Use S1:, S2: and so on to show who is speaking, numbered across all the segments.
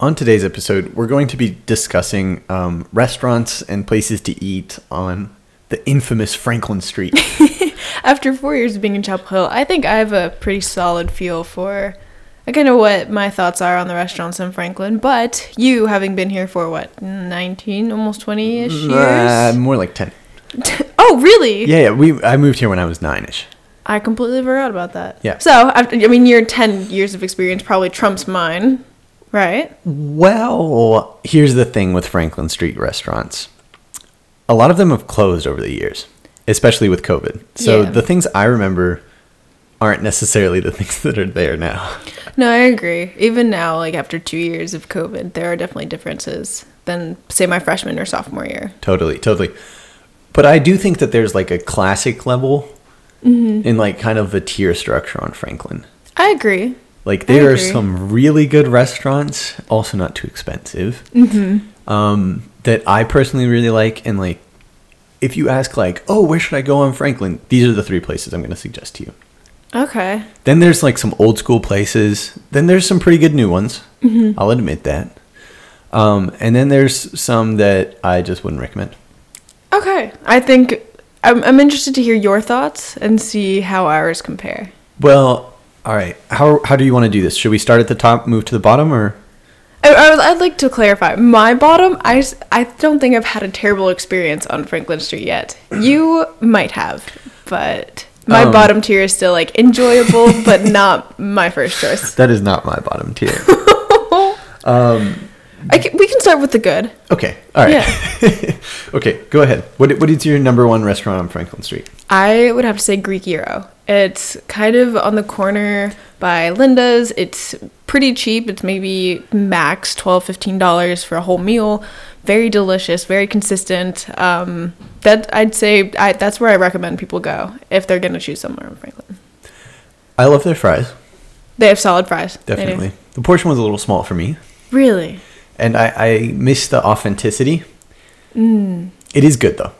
S1: On today's episode, we're going to be discussing um, restaurants and places to eat on the infamous Franklin Street.
S2: After four years of being in Chapel Hill, I think I have a pretty solid feel for I kind of what my thoughts are on the restaurants in Franklin. But you, having been here for what, 19, almost 20 ish years?
S1: Uh, more like 10.
S2: oh, really?
S1: Yeah, yeah, we, I moved here when I was nine ish.
S2: I completely forgot about that.
S1: Yeah.
S2: So, after, I mean, your 10 years of experience probably trumps mine, right?
S1: Well, here's the thing with Franklin Street restaurants. A lot of them have closed over the years, especially with COVID. So
S2: Yeah.
S1: the things I remember aren't necessarily the things that are there now.
S2: No, I agree. Even now, like after two years of COVID, there are definitely differences than, say, my freshman or sophomore year.
S1: Totally, totally. But I do think that there's like a classic level
S2: Mm-hmm.
S1: in like kind of the tier structure on Franklin.
S2: I agree.
S1: Like there are
S2: agree.
S1: some really good restaurants, also not too expensive,
S2: Mm-hmm.
S1: um, that I personally really like. And like, if you ask like, oh, where should I go on Franklin? These are the three places I'm going to suggest to you.
S2: Okay.
S1: Then there's like some old school places. Then there's some pretty good new ones.
S2: Mm-hmm.
S1: I'll admit that. Um, and then there's some that I just wouldn't recommend.
S2: Okay. I think I'm, I'm interested to hear your thoughts and see how ours compare.
S1: Well, all right. How how do you want to do this? Should we start at the top, move to the bottom, or
S2: I, I was, I'd like to clarify my bottom. I, s- I don't think I've had a terrible experience on Franklin Street yet. You might have, but my
S1: Um.
S2: bottom tier is still like enjoyable, but not my first choice.
S1: that is not my bottom tier?
S2: I can, we can start with the good.
S1: okay. All right. okay. Go ahead. What what is your number one restaurant on Franklin Street?
S2: I would have to say Greek Euro. It's kind of on the corner by Linda's. It's pretty cheap. It's maybe max $12, $15 for a whole meal. Very delicious, very consistent. Um, that I'd say I, that's where I recommend people go if they're going to choose somewhere in Franklin.
S1: I love their fries.
S2: They have solid fries. They do.
S1: Definitely. The portion was a little small for me,
S2: Really?
S1: and I I miss the authenticity. It is good though.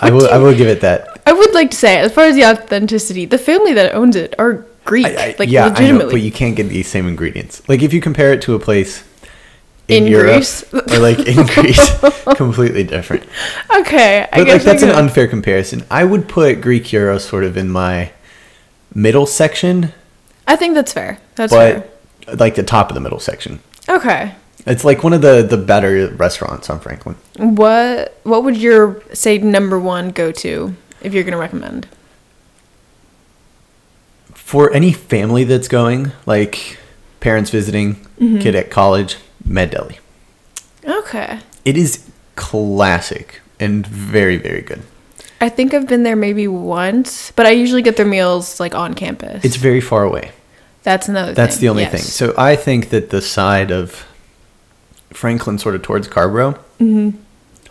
S1: I will
S2: Mm. do
S1: I will give it that.
S2: I would like to say, as far as the authenticity, the family that owns it are Greek.
S1: I- I-
S2: like,
S1: yeah, I know,
S2: legitimately.
S1: but you can't get these same ingredients. Like if you compare it to a place in,
S2: In
S1: Europe
S2: Greece.
S1: or like in Greece, completely different.
S2: okay.
S1: But
S2: I
S1: like
S2: guess
S1: that's an
S2: un-
S1: unfair comparison. I would put Greek Euro sort of in my middle section,
S2: I think that's fair. That's
S1: but like the top of the middle section.
S2: fair. Okay.
S1: It's like one of the the better restaurants on Franklin.
S2: What what would your say number one go to if you're gonna recommend?
S1: For any family that's going, like parents visiting,
S2: Mm-hmm.
S1: kid at college, Med Deli.
S2: Okay.
S1: It is classic and very very good.
S2: I think I've been there maybe once, but I usually get their meals like on campus.
S1: It's very far away.
S2: that's another
S1: That's
S2: thing.
S1: the only
S2: yes.
S1: thing. So I think that the side of Franklin, sort of towards Carborough,
S2: Mm-hmm.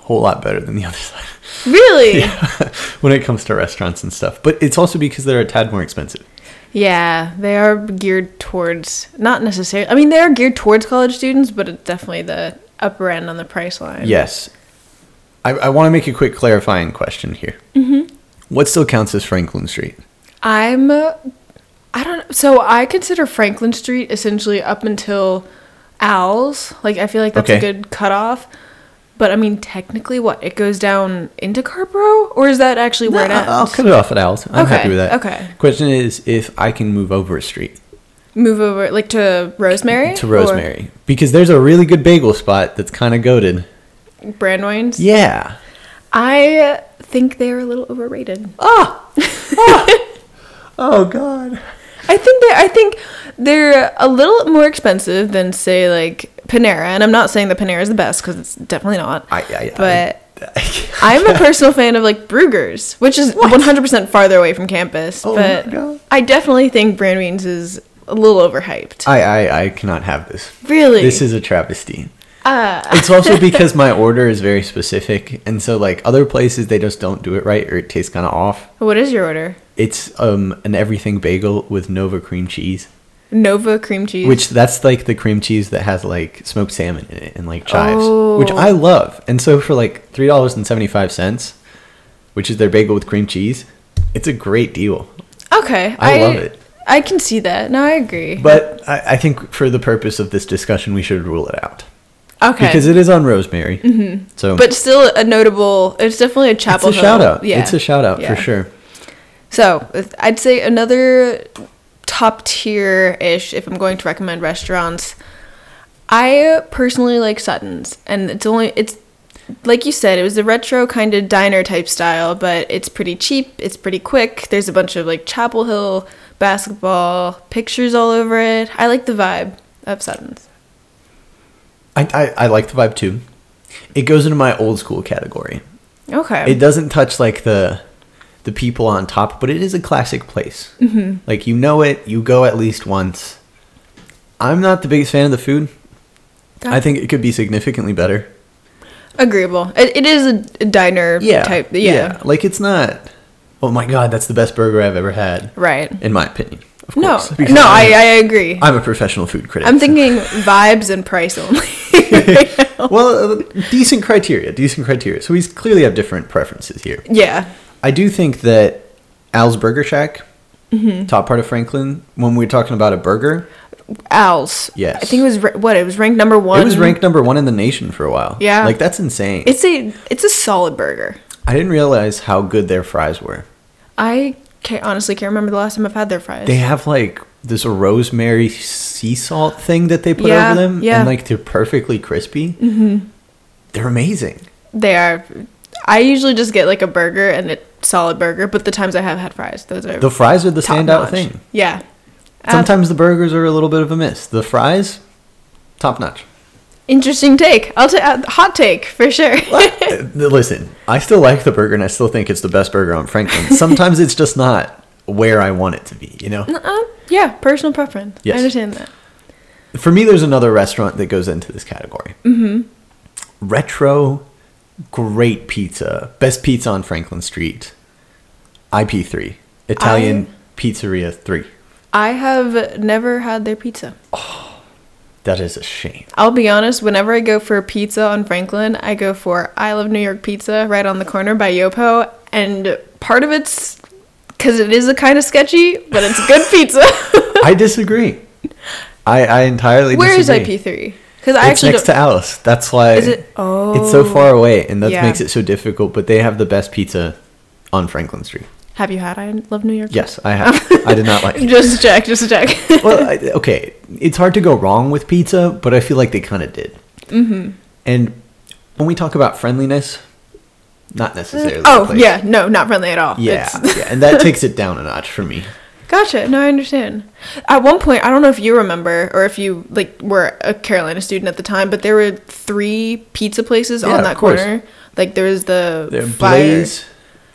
S1: whole lot better than the other side
S2: Really? Yeah.
S1: when it comes to restaurants and stuff. But it's also because they're a tad more expensive.
S2: They are geared towards not necessarily I mean they are geared towards college students, but it's definitely the upper end on the price line.
S1: Yes. I, I want to make a quick clarifying question here. Mm-hmm. What still counts as Franklin Street?
S2: I'm uh, I don't so I consider Franklin Street essentially up until Owls. Like I feel like that's
S1: Okay.
S2: a good cutoff. But I mean technically what? It goes down into Carborough? Or is that actually where it
S1: I-
S2: ends?
S1: I'll cut it off at Owls. I'm
S2: Okay,
S1: happy with that.
S2: okay.
S1: Question is if I can move over a street
S2: Move over like to Rosemary?
S1: to
S2: or
S1: Rosemary. Because there's a really good bagel spot that's kind of goaded.
S2: Brandwines.
S1: Yeah.
S2: I think they're a little overrated.
S1: Oh, God.
S2: I think they I think they're a little more expensive than say like Panera, and I'm not saying that Panera is the best because it's definitely not.
S1: I, I,
S2: but
S1: I,
S2: I'm a personal fan of like Brugger's, which is 100% farther away from campus.
S1: Oh my God.
S2: but I definitely think Brandwines is a little overhyped.
S1: I, I, I cannot have this.
S2: really?
S1: This is a travesty.
S2: Uh,
S1: It's also because my order is very specific, and so like other places, they just don't do it right, or it tastes kind of off.
S2: what is your order?
S1: It's um an everything bagel with Nova cream cheese,
S2: Nova cream cheese.
S1: which that's like the cream cheese that has like smoked salmon in it and like chives, which
S2: Oh.
S1: I love. And so for like three dollars and seventy five cents, which is their bagel with cream cheese, it's a great deal.
S2: Okay.
S1: I love it.
S2: I can see that. No, I agree.
S1: But I, I think for the purpose of this discussion, we should rule it out
S2: okay.
S1: because it is on Rosemary. Mm-hmm. So
S2: but still a notable. It's definitely a
S1: it's
S2: Chapel
S1: a
S2: Hill.
S1: shout out.
S2: Yeah,
S1: It's a shout out
S2: Yeah.
S1: for sure.
S2: So I'd say another top tier ish. If I'm going to recommend restaurants, I personally like Sutton's, and it's only it's like you said, it was the retro kind of diner type style, but it's pretty cheap. It's pretty quick. There's a bunch of like Chapel Hill basketball pictures all over it. I like the vibe of Sutton's.
S1: I, I, I like the vibe too. It goes into my old school category.
S2: Okay.
S1: It doesn't touch like the the people on top, but it is a classic place. Mm-hmm. Like you know it, you go at least once. I'm not the biggest fan of the food. I think it could be significantly better.
S2: agreeable. It, it is a diner
S1: Yeah.
S2: type. yeah.
S1: Like it's not. Oh my god, that's the best burger I've ever had,
S2: Right.
S1: in my opinion. Of
S2: No,
S1: course, because
S2: no, I,
S1: I'm-
S2: I agree.
S1: I'm a professional food critic.
S2: I'm thinking vibes and price only.
S1: well, uh, decent criteria, decent criteria. So we clearly have different preferences here.
S2: yeah.
S1: I do think that Al's Burger Shack,
S2: Mm-hmm.
S1: top part of Franklin, when we were talking about a burger,
S2: Owls.
S1: Yes.
S2: I think it was ra- what it was ranked number one.
S1: it was ranked number one in the nation for a while.
S2: Yeah.
S1: like that's insane.
S2: It's a it's a solid burger.
S1: I didn't realize how good their fries were.
S2: I can't, honestly can't remember the last time I've had their fries.
S1: They have like this rosemary sea salt thing that they put
S2: Yeah,
S1: over them,
S2: yeah.
S1: and like they're perfectly crispy. Mm-hmm. They're amazing.
S2: They are. I usually just get like a burger and a solid burger, but the times I have had fries, those are
S1: The fries are the
S2: top
S1: standout
S2: notch.
S1: thing.
S2: Yeah. Ab-
S1: Sometimes the burgers are a little bit of a miss. The fries, top notch.
S2: interesting take. I'll take hot take for sure.
S1: Uh, Listen, I still like the burger and I still think it's the best burger on Franklin. Sometimes it's just not where I want it to be, you know?
S2: uh, yeah, personal preference.
S1: Yes.
S2: I understand that.
S1: For me, there's another restaurant that goes into this category. Mm-hmm. Retro, great pizza. Best pizza on Franklin Street. IP3. Italian Pizzeria 3.
S2: I have never had their pizza.
S1: That is a shame.
S2: I'll be honest, whenever I go for a pizza on Franklin, I go for I Love New York Pizza right on the corner by Yopo. And part of it's because it is a kind of sketchy, but it's good pizza.
S1: I disagree. I, I entirely
S2: Where is
S1: disagree.
S2: IP3? Because
S1: It's
S2: I actually
S1: next
S2: don't.
S1: to Alice. That's why
S2: Is it- Oh.
S1: it's so far away, and that
S2: Yeah.
S1: makes it so difficult. But they have the best pizza on Franklin Street.
S2: have you had I Love New York?
S1: Yes, I have. I did not like. It.
S2: Just check, just check.
S1: Well, I, okay, it's hard to go wrong with pizza, but I feel like they kind of did. Mm-hmm. And when we talk about friendliness, not necessarily. the
S2: oh,
S1: place.
S2: yeah, no, not friendly at all.
S1: yeah,
S2: It's-
S1: yeah, and that takes it down a notch for me.
S2: Gotcha. No, I understand. At one point, I don't know if you remember or if you like were a Carolina student at the time, but there were three pizza places
S1: Yeah,
S2: on that
S1: of course.
S2: corner. Like there was the
S1: There,
S2: Fire-
S1: Blaze,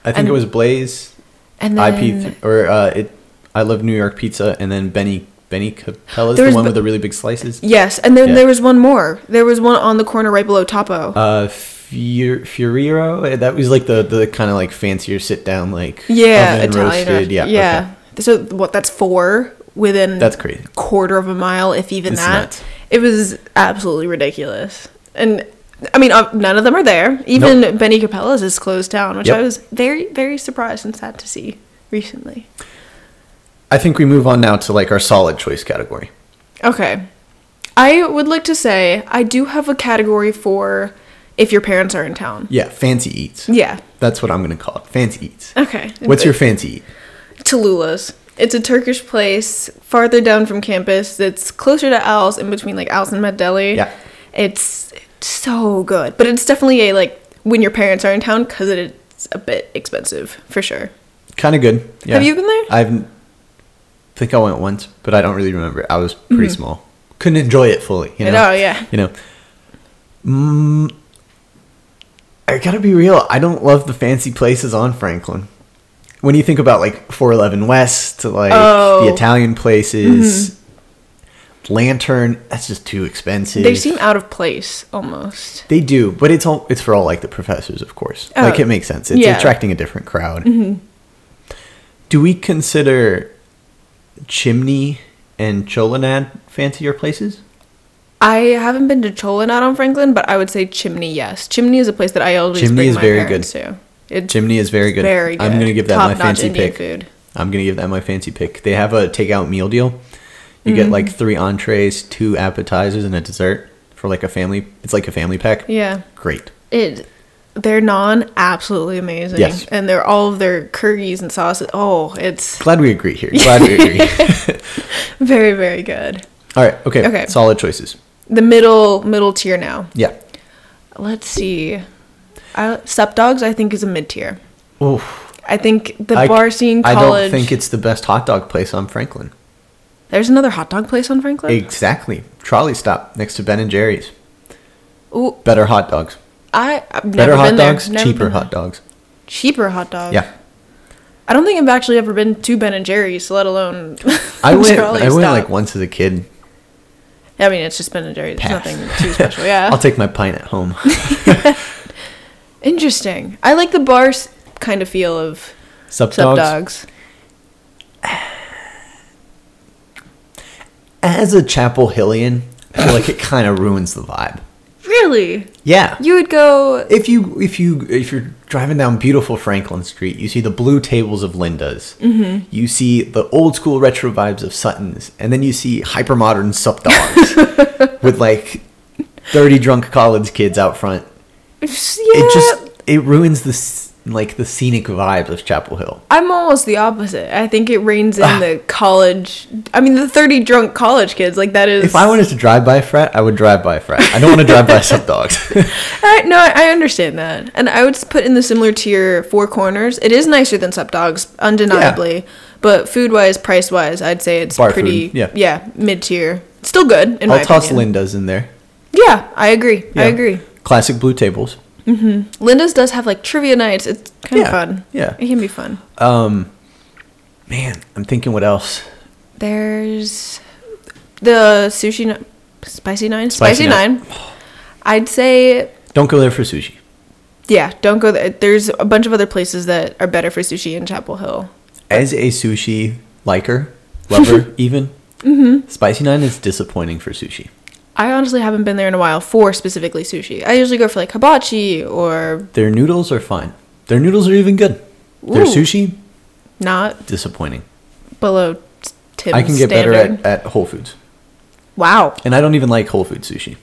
S1: I think
S2: And-
S1: it was Blaze
S2: and
S1: IP
S2: then
S1: th- or uh, it. I love New York pizza, and then Benny Benny Capella's
S2: There
S1: the
S2: was
S1: one
S2: b-
S1: with the really big slices.
S2: yes, and then
S1: Yeah.
S2: there was one more. There was one on the corner right below Topo.
S1: uh Fior- Fioriro. That was like the the kind of like fancier sit down like
S2: yeah,
S1: oven
S2: Italian.
S1: roasted. Yeah, okay.
S2: yeah. So what? That's four within
S1: That's crazy.
S2: quarter of a mile, if even
S1: It's
S2: that.
S1: nuts.
S2: It was absolutely ridiculous. And I mean, uh, none of them are there. Even Benny Capella's is closed down, which
S1: Yep.
S2: I was very, very surprised and sad to see recently.
S1: I think we move on now to like our solid choice category.
S2: Okay. I would like to say I do have a category for if your parents are in town.
S1: Yeah, fancy eats.
S2: Yeah.
S1: That's what I'm gonna call it. Fancy eats.
S2: Okay.
S1: What's your fancy eat?
S2: Tallulah's. It's a Turkish place farther down from campus that's closer to Al's in between like Al's and Med Deli.
S1: Yeah.
S2: It's so good. But it's definitely a like when your parents are in town because it's a bit expensive for sure.
S1: Kind of good. Yeah.
S2: you been there?
S1: I've I think I went once, but I don't really remember. I was pretty
S2: Mm-hmm.
S1: small. Couldn't enjoy it fully. You
S2: I
S1: know.
S2: know, oh, yeah.
S1: You know. Mm, I gotta be real. I don't love the fancy places on Franklin. When you think about like 411 West, like
S2: Oh. Mm-hmm.
S1: the Italian places, Lantern, that's just too expensive.
S2: They seem out of place almost.
S1: They do, but it's all it's for all like the professors, of course.
S2: Oh,
S1: Like it makes sense. It's
S2: yeah. Mm-hmm.
S1: attracting a different crowd. Do we consider Chimney and Cholinad fancier places?
S2: I haven't been to Chola not on Franklin, but I would say Chimney, yes. Chimney is a place that I always
S1: Chimney
S2: bring
S1: is
S2: my
S1: very
S2: parents
S1: good.
S2: to. It's
S1: Chimney is very good.
S2: very good.
S1: I'm gonna give that my
S2: Top-notch
S1: fancy
S2: Indian
S1: pick.
S2: Food.
S1: I'm gonna give that my fancy pick. They have a takeout meal deal. You get
S2: Mm-hmm.
S1: like three entrees, two appetizers, and a dessert for like a family. It's like a family pack.
S2: Yeah.
S1: Great.
S2: It their non absolutely amazing.
S1: Yes.
S2: And they're all of their curries and sauces. Oh, it's
S1: Glad we agree here. Glad we agree.
S2: very very good.
S1: All right. Okay.
S2: Okay.
S1: Solid choices.
S2: The middle middle tier now.
S1: Yeah.
S2: Let's see. I, Sup Dogs I think is a mid tier.
S1: Oof.
S2: I think the
S1: I-
S2: bar scene
S1: I
S2: college.
S1: don't think it's the best hot dog place on Franklin.
S2: there's another hot dog place on Franklin.
S1: Exactly. Trolley stop next to Ben and Jerry's.
S2: Ooh,
S1: Better hot dogs.
S2: I I've never
S1: Better hot
S2: been there.
S1: dogs.
S2: Never
S1: Cheaper
S2: been
S1: hot dogs.
S2: there. cheaper hot dogs.
S1: Yeah.
S2: I don't think I've actually ever been to Ben and Jerry's, let alone.
S1: I went.
S2: Charlie's
S1: I went
S2: Stop.
S1: like once as a kid.
S2: I mean, it's just Ben and Jerry's. It's
S1: Pass.
S2: nothing too special. Yeah.
S1: I'll take my pint at home.
S2: Interesting. I like the bar s- kind of feel of
S1: Sup,
S2: sub
S1: dogs?
S2: dogs.
S1: As a Chapel Hillian, I feel like it kind of ruins the vibe.
S2: Really?
S1: Yeah.
S2: You would go.
S1: if you if you if you're driving down beautiful Franklin Street, you see the blue tables of Linda's. Mm-hmm. You see the old school retro vibes of Sutton's, and then you see hyper modern sup dogs with like thirty drunk college kids out front.
S2: Yeah.
S1: It just it ruins the s- like the scenic vibes of Chapel Hill.
S2: I'm almost the opposite. I think it reigns
S1: Ah.
S2: in the college. I mean, the 30 drunk college kids. Like, that is.
S1: If I wanted to drive by a frat, I would drive by a frat. I don't want to drive by sup dogs.
S2: I, no, I I understand that. And I would s- put in the similar tier Four Corners. It is nicer than Sup Dogs, undeniably. But food wise, price wise, I'd say it's
S1: Bar food,
S2: pretty.
S1: yeah.
S2: mid tier. Still good, in my
S1: I'll toss
S2: opinion.
S1: Linda's in there.
S2: Yeah, I agree. I
S1: Yeah.
S2: agree.
S1: Classic blue tables.
S2: Linda's does have like trivia nights. It's kind
S1: Yeah,
S2: of fun.
S1: yeah.
S2: It can be fun.
S1: Man, I'm thinking what else.
S2: There's the sushi, ni- spicy nine,
S1: Spicy
S2: spicy,
S1: nine.
S2: nine. I'd say,
S1: Don't go there for sushi.
S2: yeah, don't go there. There's a bunch of other places that are better for sushi in Chapel Hill.
S1: As a sushi liker, lover, even,
S2: Mm-hmm.
S1: Spicy Nine is disappointing for sushi.
S2: I honestly haven't been there in a while for specifically sushi. I usually go for like hibachi or
S1: Their noodles are fine. Their noodles are even good. Their
S2: Ooh.
S1: sushi,
S2: not
S1: disappointing.
S2: below t- Tim's
S1: I can get
S2: standard.
S1: better at, at Whole Foods.
S2: wow,
S1: And I don't even like Whole Food sushi.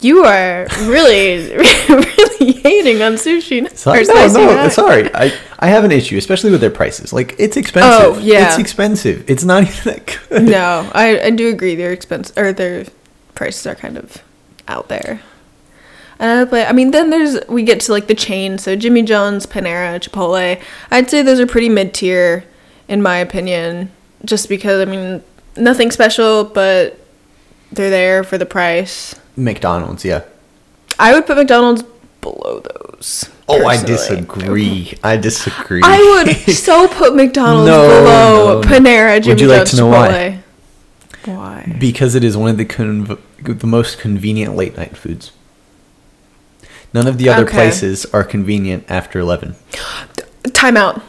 S2: you are really, really hating on sushi. n-
S1: Sorry,
S2: or
S1: no,
S2: spicy
S1: no,
S2: nine.
S1: sorry. I, I have an issue, especially with their prices. Like, it's expensive.
S2: Oh, yeah.
S1: It's expensive. It's not even that good.
S2: no, I, I do agree. Their expense or their prices are kind of out there. Another place, I mean, then there's we get to like the chain. So Jimmy John's, Panera, Chipotle. I'd say those are pretty mid tier, in my opinion. Just because I mean, nothing special, but they're there for the price.
S1: McDonald's, yeah.
S2: I would put McDonald's below those.
S1: Oh, I
S2: personally.
S1: disagree. I disagree.
S2: I would so put McDonald's
S1: No,
S2: below
S1: no, no.
S2: Panera,
S1: Would
S2: Jimmy
S1: you like
S2: John's,
S1: to know why?
S2: Chipotle. Why?
S1: Because it is one of the conv- the most convenient late night foods. None of the other
S2: Okay.
S1: places are convenient after 11.
S2: Timeout.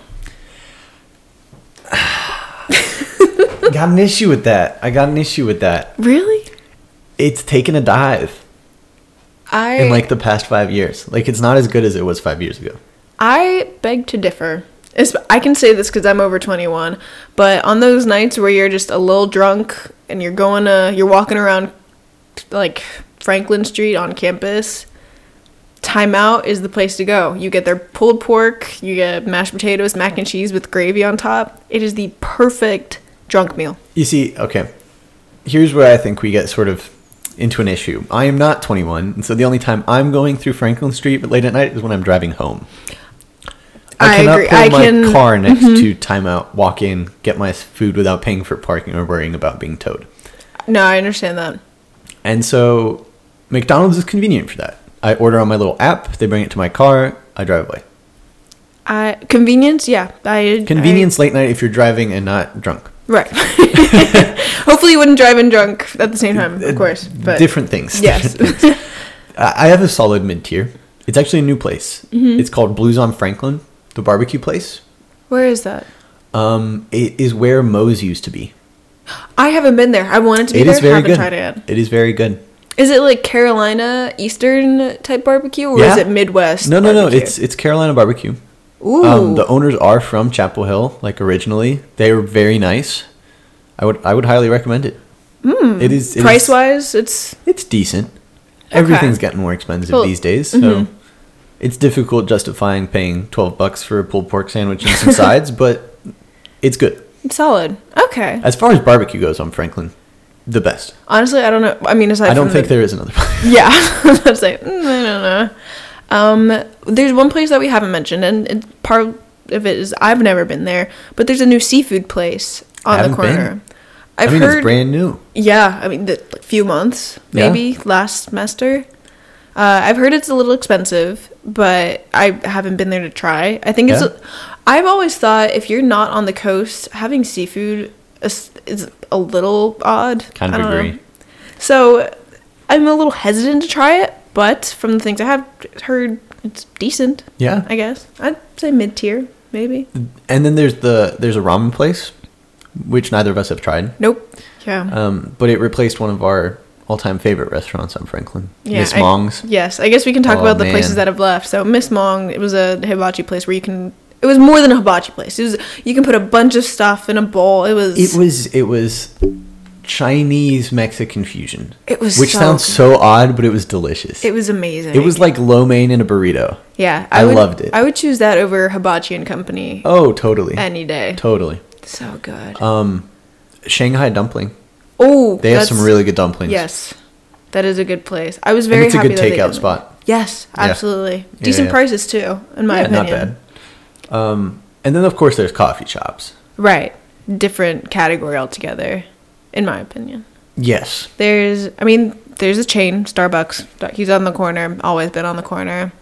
S1: got an issue with that. I got an issue with that.
S2: Really?
S1: It's taken a dive
S2: I
S1: in like the past 5 years. Like it's not as good as it was 5 years ago.
S2: I beg to differ. It's, I can say this because I'm over 21, but on those nights where you're just a little drunk and you're going to you're walking around like Franklin Street on campus, timeout is the place to go. You get their pulled pork, you get mashed potatoes, mac and cheese with gravy on top. It is the perfect drunk meal.
S1: You see, okay. Here's where I think we get sort of into an issue. I am not 21, and so the only time I'm going through Franklin Street late at night is when I'm driving home. I,
S2: I
S1: cannot
S2: agree.
S1: pull
S2: I
S1: my
S2: can- Mm-hmm.
S1: car next to timeout, walk in, get my food without paying for parking or worrying about being towed.
S2: No, I understand that.
S1: And so McDonald's is convenient for that. I order on my little app, they bring it to my car, I drive away.
S2: I convenience, yeah. I
S1: Convenience late night if you're driving and not drunk.
S2: I- right. Hopefully, you wouldn't drive and drunk at the same time, of course. But
S1: Different things.
S2: Yes.
S1: I I have a solid mid tier. It's actually a new place.
S2: Mm-hmm.
S1: It's called Blues on Franklin, the barbecue place.
S2: Where is that?
S1: Um, it is where Moe's used to be.
S2: I haven't been there. I wanted to be
S1: It
S2: there.
S1: is very
S2: haven't
S1: good.
S2: tried it yet.
S1: It is very good.
S2: Is it like Carolina Eastern type barbecue or is
S1: Yeah.
S2: it Midwest?
S1: No, no, no.
S2: barbecue?
S1: It's it's Carolina barbecue.
S2: Ooh.
S1: Um, the owners are from Chapel Hill, like originally. They were very nice. I would I would highly recommend it. Mm, it is it is-
S2: Price wise, it's
S1: it's decent.
S2: Okay.
S1: Everything's gotten more expensive
S2: Well, mm-hmm.
S1: these days, so it's difficult justifying paying twelve bucks for a pulled pork sandwich and some sides, but it's good.
S2: it's solid. Okay.
S1: As far as barbecue goes on Franklin, the best.
S2: Honestly, I don't know. I mean, aside
S1: I don't
S2: from
S1: think
S2: the,
S1: there is another.
S2: Yeah, that's like mm, I don't know. Um, there's one place that we haven't mentioned, and it, part of it is I've never been there, but there's a new seafood place
S1: I
S2: on the
S1: haven't been.
S2: corner.
S1: I
S2: I've
S1: mean,
S2: heard.
S1: it's brand new.
S2: yeah, I mean, the like, few months
S1: Yeah.
S2: maybe last semester. Uh, I've heard it's a little expensive, but I haven't been there to try. I think it's.
S1: Yeah.
S2: i I've always thought if you're not on the coast, having seafood is, is a little odd.
S1: Kind of
S2: I don't know.
S1: agree.
S2: So I'm a little hesitant to try it, but from the things I have heard, it's decent.
S1: Yeah.
S2: I guess I'd say mid tier, maybe.
S1: And then there's the there's a ramen place, which neither of us have tried.
S2: Nope. Yeah.
S1: Um, but it replaced one of our all-time favorite restaurants on Franklin,
S2: yeah.
S1: Miss
S2: I-
S1: Mong's.
S2: yes, I guess we can talk
S1: Oh,
S2: about the
S1: man.
S2: places that have left. So Miss Mong, it was a hibachi place where you can. It was more than a hibachi place. It was you can put a bunch of stuff in a bowl. It was.
S1: It was it was Chinese Mexican fusion.
S2: It was
S1: which
S2: so
S1: sounds
S2: good.
S1: so odd, but it was delicious.
S2: It
S1: It,
S2: was amazing.
S1: was like lo mein in a burrito.
S2: Yeah,
S1: I
S2: would,
S1: loved it.
S2: I would choose that over hibachi and company
S1: Oh, totally,
S2: any day.
S1: totally.
S2: so good.
S1: Shanghai dumpling.
S2: oh,
S1: They have some
S2: that's-
S1: really good dumplings.
S2: Yes, that is a good place. I was
S1: and
S2: very
S1: it's a
S2: happy
S1: good
S2: that they
S1: takeout
S2: did
S1: spot.
S2: that. Yes, absolutely. Decent
S1: yeah.
S2: prices too, in my
S1: yeah,
S2: opinion.
S1: not bad. Um, and then of course there's coffee shops.
S2: Right, different category altogether, in my opinion.
S1: Yes,
S2: There's, I mean, there's a chain, Starbucks. He's on the corner. Always been on the corner.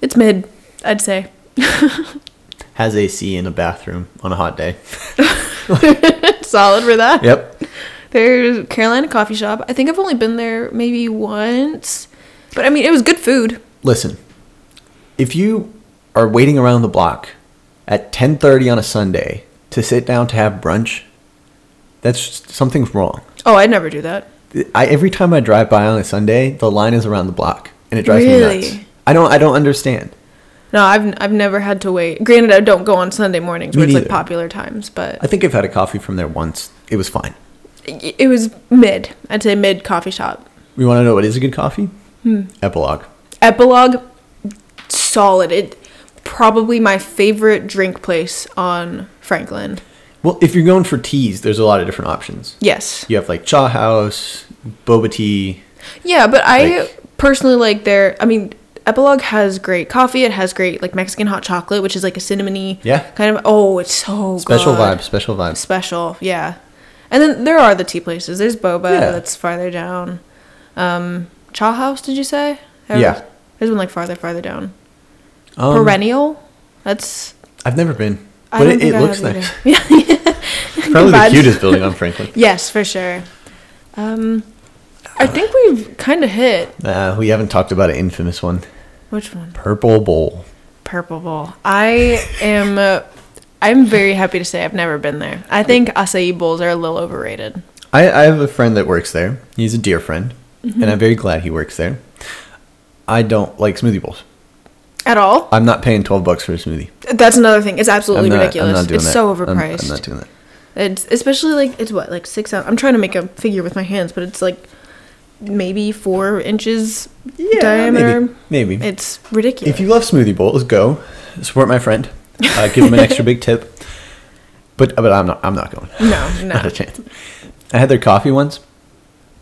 S2: It's mid, I'd say.
S1: has AC in a bathroom on a hot day.
S2: Solid for that.
S1: Yep.
S2: There's Carolina Coffee Shop. I think I've only been there maybe once, but I mean, it was good food.
S1: listen if you are waiting around the block at 10.30 on a sunday to sit down to have brunch that's something's wrong
S2: Oh, I'd never do that.
S1: I, every time i drive by on a sunday the line is around the block and it drives me
S2: Really?
S1: nuts i don't i don't understand
S2: No, I've I've never had to wait. Granted, I don't go on Sunday mornings
S1: Me
S2: where it's like
S1: neither.
S2: popular times, but
S1: i think i've had a coffee from there once it was fine
S2: it it was mid. I'd say mid coffee shop.
S1: we want to know what is a good coffee
S2: Hmm.
S1: epilogue
S2: Epilogue, solid. It probably my favorite drink place on Franklin.
S1: well if you're going for teas there's a lot of different options
S2: Yes.
S1: you have like cha house boba tea
S2: Yeah, but I
S1: Like-
S2: personally like their. I mean, Epilogue has great coffee. It has great like Mexican hot chocolate, which is like a cinnamony.
S1: Yeah.
S2: Kind of. Oh, it's so
S1: special
S2: good.
S1: vibes special vibes
S2: special yeah and then there are the tea places there's boba
S1: Yeah.
S2: that's farther down um cha house did you say There
S1: Yeah.
S2: was- there's one like farther farther down
S1: Um,
S2: perennial that's
S1: i've never been
S2: I
S1: but
S2: don't
S1: it,
S2: think
S1: it
S2: I
S1: looks
S2: have
S1: nice
S2: either. yeah
S1: Probably the
S2: Vibes.
S1: cutest building on Franklin.
S2: yes for sure um i think we've kind of hit
S1: Uh, we haven't talked about an infamous one.
S2: which one
S1: Purple Bowl.
S2: purple bowl i am uh, i'm very happy to say i've never been there i think acai bowls are a little overrated
S1: I, I have a friend that works there. He's a dear friend,
S2: Mm-hmm.
S1: and I'm very glad he works there. I don't like smoothie bowls.
S2: at all
S1: I'm not paying 12 bucks for a smoothie.
S2: that's another thing it's absolutely
S1: I'm not,
S2: ridiculous
S1: I'm not doing
S2: it's
S1: that.
S2: so
S1: I'm-
S2: overpriced
S1: I'm, not doing that.
S2: It's especially like it's what like six. ounce I'm trying to make a figure with my hands, but it's like maybe four inches diameter.
S1: Maybe. maybe.
S2: It's ridiculous.
S1: If you love smoothie bowls, go support my friend. Uh, give him an extra big tip. But uh, but I'm not I'm not going.
S2: no,
S1: Not
S2: no,
S1: a chance. I had their coffee once.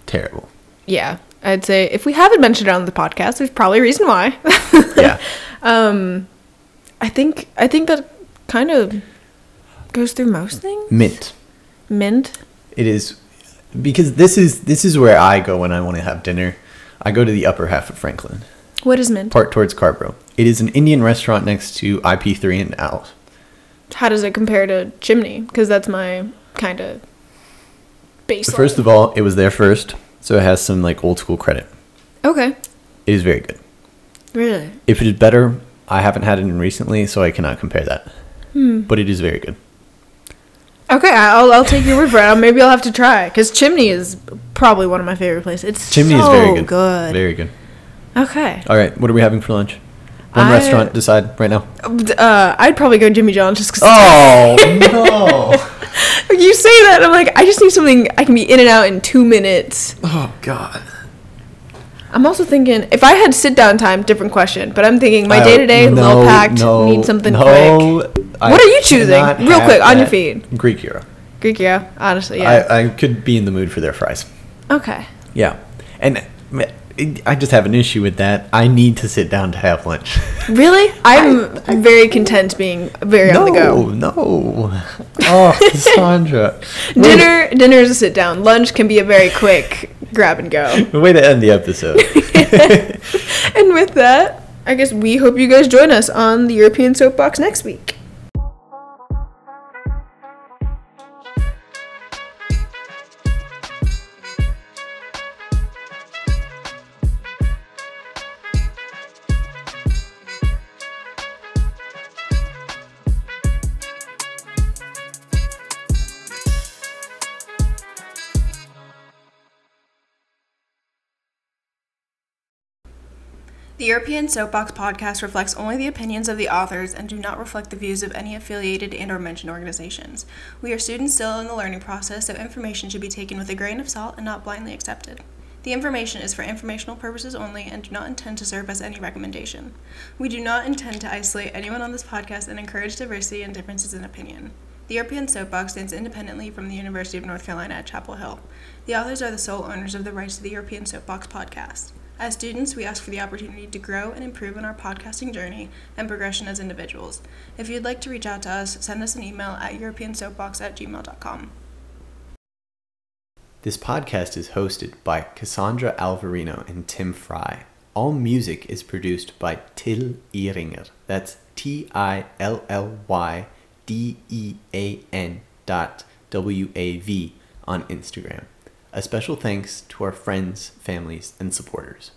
S1: Terrible.
S2: yeah, I'd say if we haven't mentioned it on the podcast, there's probably a reason why.
S1: Yeah.
S2: I think I think that kind of goes through most things.
S1: Mint.
S2: Mint.
S1: it is because this is this is where I go when I want to have dinner. I go to the upper half of Franklin,
S2: What is mint?
S1: part towards Carbro. It is an Indian restaurant next to IP3 and Al.
S2: How does it compare to chimney? Because that's my kind of baseline.
S1: First of all, it was there first, so it has some like old school credit.
S2: okay,
S1: It is very good.
S2: really.
S1: If it is better, I haven't had it in recently, so I cannot compare that.
S2: Hmm.
S1: But it is very good.
S2: Okay, I- I'll, I'll take your word for it. Uh, Maybe I'll have to try because Chimney is probably one of my favorite places. It's
S1: Chimney
S2: so
S1: is very good.
S2: good.
S1: Very good.
S2: Okay,
S1: All right, what are we having for lunch? One
S2: I-
S1: restaurant, decide right now.
S2: Uh, I'd probably go Jimmy John's just because
S1: Oh no!
S2: you say that. I'm like, I just need something I can be in and out in two minutes.
S1: Oh god!
S2: I'm also thinking if I had sit down time, different question. But I'm thinking my
S1: I-
S2: day to day,
S1: no,
S2: low packed,
S1: no,
S2: need something quick.
S1: no, I
S2: What are you choosing?
S1: cannot
S2: Real
S1: have
S2: quick, on your
S1: that.
S2: feed.
S1: Greek hero.
S2: Greek, yeah. Honestly, yeah.
S1: I, uh, I could be in the mood for their fries.
S2: okay.
S1: Yeah, and I just have an issue with that. I need to sit down to have lunch.
S2: Really? I'm very content being very on the go.
S1: no. Oh, Sandra.
S2: Dinner, dinner is a sit down. Lunch can be a very quick grab and go.
S1: Way to end the episode.
S2: And with that, I guess we hope you guys join us on the European Soapbox next week.
S3: The European Soapbox podcast reflects only the opinions of the authors and do not reflect the views of any affiliated and or mentioned organizations. We are students still in the learning process, so information should be taken with a grain of salt and not blindly accepted. The information is for informational purposes only and do not intend to serve as any recommendation. We do not intend to isolate anyone on this podcast and encourage diversity and differences in opinion. The European Soapbox stands independently from the University of North Carolina at Chapel Hill. The authors are the sole owners of the rights to the European Soapbox podcast. As students, we ask for the opportunity to grow and improve in our podcasting journey and progression as individuals. If you'd like to reach out to us, send us an email at europeansoapbox at gmail.com.
S1: This podcast is hosted by Cassandra Alvarino and Tim Fry. All music is produced by Till Ehringer. That's T I L L Y D E A N dot W A V on Instagram. A special thanks to our friends, families, and supporters.